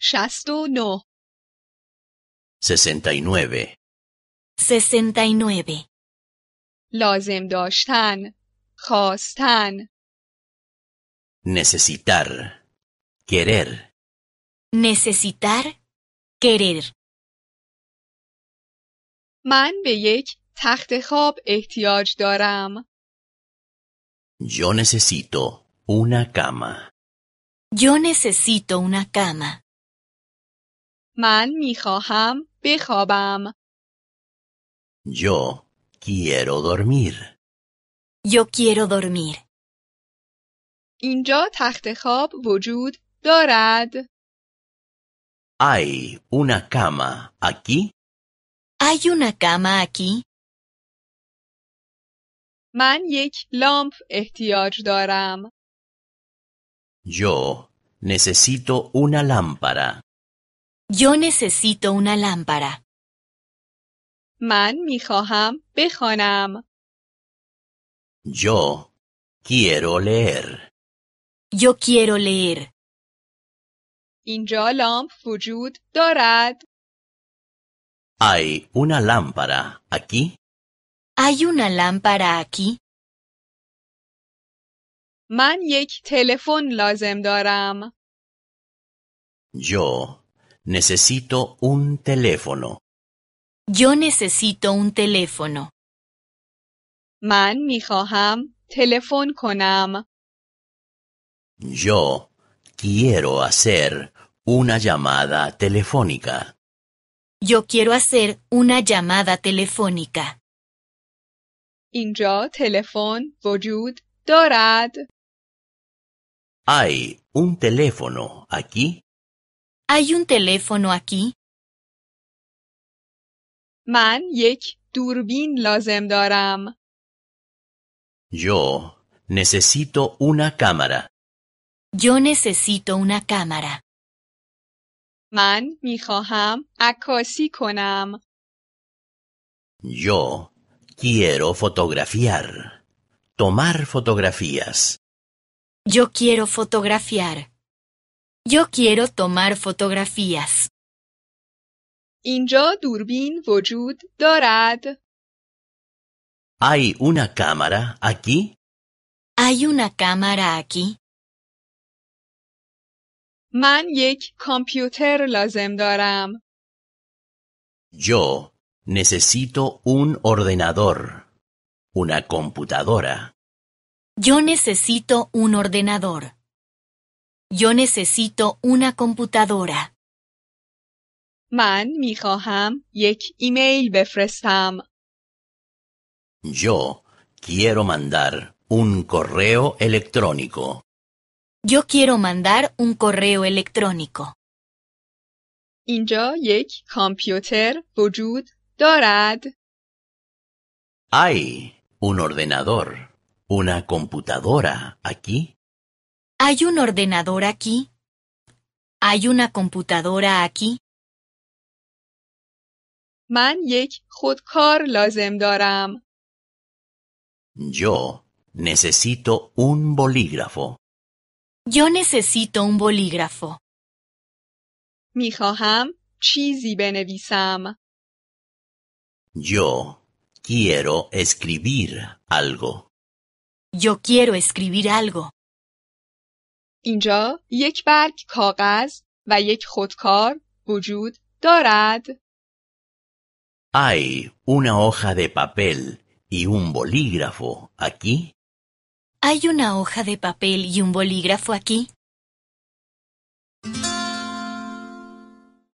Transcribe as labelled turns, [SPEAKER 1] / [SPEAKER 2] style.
[SPEAKER 1] شست و نه
[SPEAKER 2] 69.
[SPEAKER 3] 69.
[SPEAKER 1] لازم داشتن خواستن
[SPEAKER 2] Necesitar. Querer.
[SPEAKER 3] Necesitar. Querer.
[SPEAKER 1] من به یک تخت خواب احتیاج دارم
[SPEAKER 2] Yo necesito una cama.
[SPEAKER 3] Yo necesito una cama.
[SPEAKER 1] من میخواهم بخوابم
[SPEAKER 2] Yo quiero dormir.
[SPEAKER 3] Yo quiero dormir.
[SPEAKER 1] اینجا تخت خواب وجود دارد
[SPEAKER 2] ¿Hay una cama aquí?
[SPEAKER 3] ¿Hay una cama aquí?
[SPEAKER 1] من یک لامپ احتیاج دارم
[SPEAKER 2] Yo necesito una lámpara.
[SPEAKER 3] Yo necesito una lámpara.
[SPEAKER 1] من میخواهم بخوانم
[SPEAKER 2] Yo quiero leer.
[SPEAKER 3] Yo quiero leer.
[SPEAKER 1] اینجا لامپ وجود دارد
[SPEAKER 2] ¿Hay una lámpara aquí?
[SPEAKER 3] ¿Hay una lámpara aquí?
[SPEAKER 1] من یک تلفن لازم دارم
[SPEAKER 2] Yo necesito un teléfono.
[SPEAKER 3] Yo necesito un teléfono.
[SPEAKER 1] من میخواهم تلفن کنم
[SPEAKER 2] Yo quiero hacer una llamada telefónica.
[SPEAKER 3] Yo quiero hacer una llamada telefónica.
[SPEAKER 1] اینجا تلفن وجود دارد
[SPEAKER 2] ¿Hay un teléfono aquí?
[SPEAKER 3] ¿Hay un teléfono aquí?
[SPEAKER 1] من یک دوربین لازم دارم
[SPEAKER 2] Yo necesito una cámara.
[SPEAKER 3] Yo necesito una cámara.
[SPEAKER 1] من میخواهم عکاسی کنم
[SPEAKER 2] Yo quiero fotografiar. Tomar fotografías.
[SPEAKER 3] Yo quiero fotografiar. Yo quiero tomar fotografías.
[SPEAKER 1] اینجا دوربین وجود دارد
[SPEAKER 2] ¿Hay una cámara aquí?
[SPEAKER 3] ¿Hay una cámara aquí?
[SPEAKER 1] من یک کامپیوتر لازم دارم
[SPEAKER 2] Yo necesito un ordenador. Una computadora.
[SPEAKER 3] Yo necesito un ordenador. Yo necesito una computadora.
[SPEAKER 1] من میخواهم یک ایمیل بفرستم
[SPEAKER 2] Yo quiero mandar un correo electrónico.
[SPEAKER 3] Yo quiero mandar un correo electrónico.
[SPEAKER 1] اینجا یک کامپیوتر وجود دارد
[SPEAKER 2] ¿Hay un ordenador? ¿Una computadora aquí?
[SPEAKER 3] ¿Hay un ordenador aquí? ¿Hay una computadora aquí?
[SPEAKER 1] من یک خودکار لازم دارم
[SPEAKER 2] Yo necesito un bolígrafo.
[SPEAKER 3] Yo necesito un bolígrafo.
[SPEAKER 1] میخواهم چیزی بنویسم
[SPEAKER 2] Yo quiero escribir algo.
[SPEAKER 3] Yo quiero escribir algo.
[SPEAKER 1] اینجا یک برگ کاغذ و یک خودکار وجود دارد
[SPEAKER 2] ¿Hay una hoja de papel y un bolígrafo aquí?
[SPEAKER 3] ¿Hay una hoja de papel y un bolígrafo aquí?